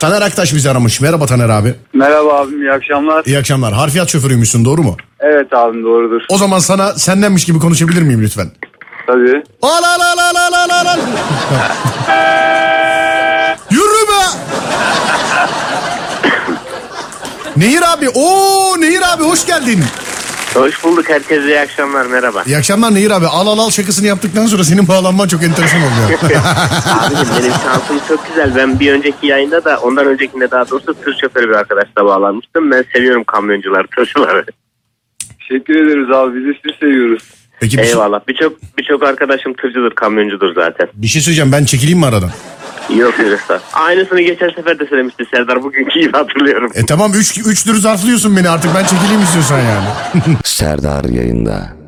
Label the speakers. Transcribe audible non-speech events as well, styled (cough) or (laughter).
Speaker 1: Taner Aktaş bizi aramış. Merhaba Taner abi.
Speaker 2: Merhaba abim iyi akşamlar.
Speaker 1: İyi akşamlar. Harfiyat şoförüymüşsün doğru mu?
Speaker 2: Evet abim doğrudur.
Speaker 1: O zaman sana sendenmiş gibi konuşabilir miyim lütfen?
Speaker 2: Tabii.
Speaker 1: Al al al al al al al al. (laughs) Yürü be. Nehir abi. Oo Nehir abi hoş geldin.
Speaker 3: Hoş bulduk herkese iyi akşamlar merhaba.
Speaker 1: İyi akşamlar Nehir abi. Al al al şakasını yaptıktan sonra senin bağlanman çok enteresan oluyor.
Speaker 3: Abicim benim şansım çok güzel. Ben bir önceki yayında da ondan öncekinde daha doğrusu tır şoförü bir arkadaşla bağlanmıştım. Ben seviyorum kamyoncuları, tırcıları.
Speaker 2: Teşekkür ederiz abi biz de sizi seviyoruz.
Speaker 1: Peki bir şey,
Speaker 3: Eyvallah. Birçok birçok arkadaşım tırcıdır, kamyoncudur zaten.
Speaker 1: bir şey söyleyeceğim. Ben çekileyim mi aradan?
Speaker 3: Yok yok estağfurullah. Aynısını geçen sefer de söylemişti Serdar. Bugünkü gibi hatırlıyorum.
Speaker 1: E tamam 3 3 zarflıyorsun beni artık. Ben çekileyim istiyorsan yani.
Speaker 4: Serdar yayında.